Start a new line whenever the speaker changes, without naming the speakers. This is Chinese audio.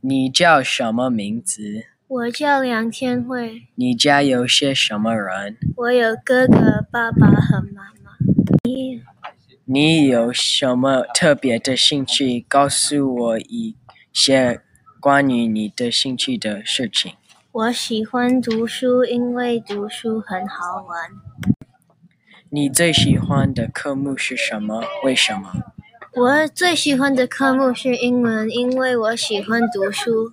你叫什么名字？
我叫梁天慧，
你家有些什么人？
我有哥哥、爸爸和妈妈。
你有什么特别的兴趣？告诉我一些关于你的兴趣的事情。
我喜欢读书，因为读书很好玩。
你最喜欢的科目是什么？为什么？
我最喜欢的科目是英文，因为我喜欢读书。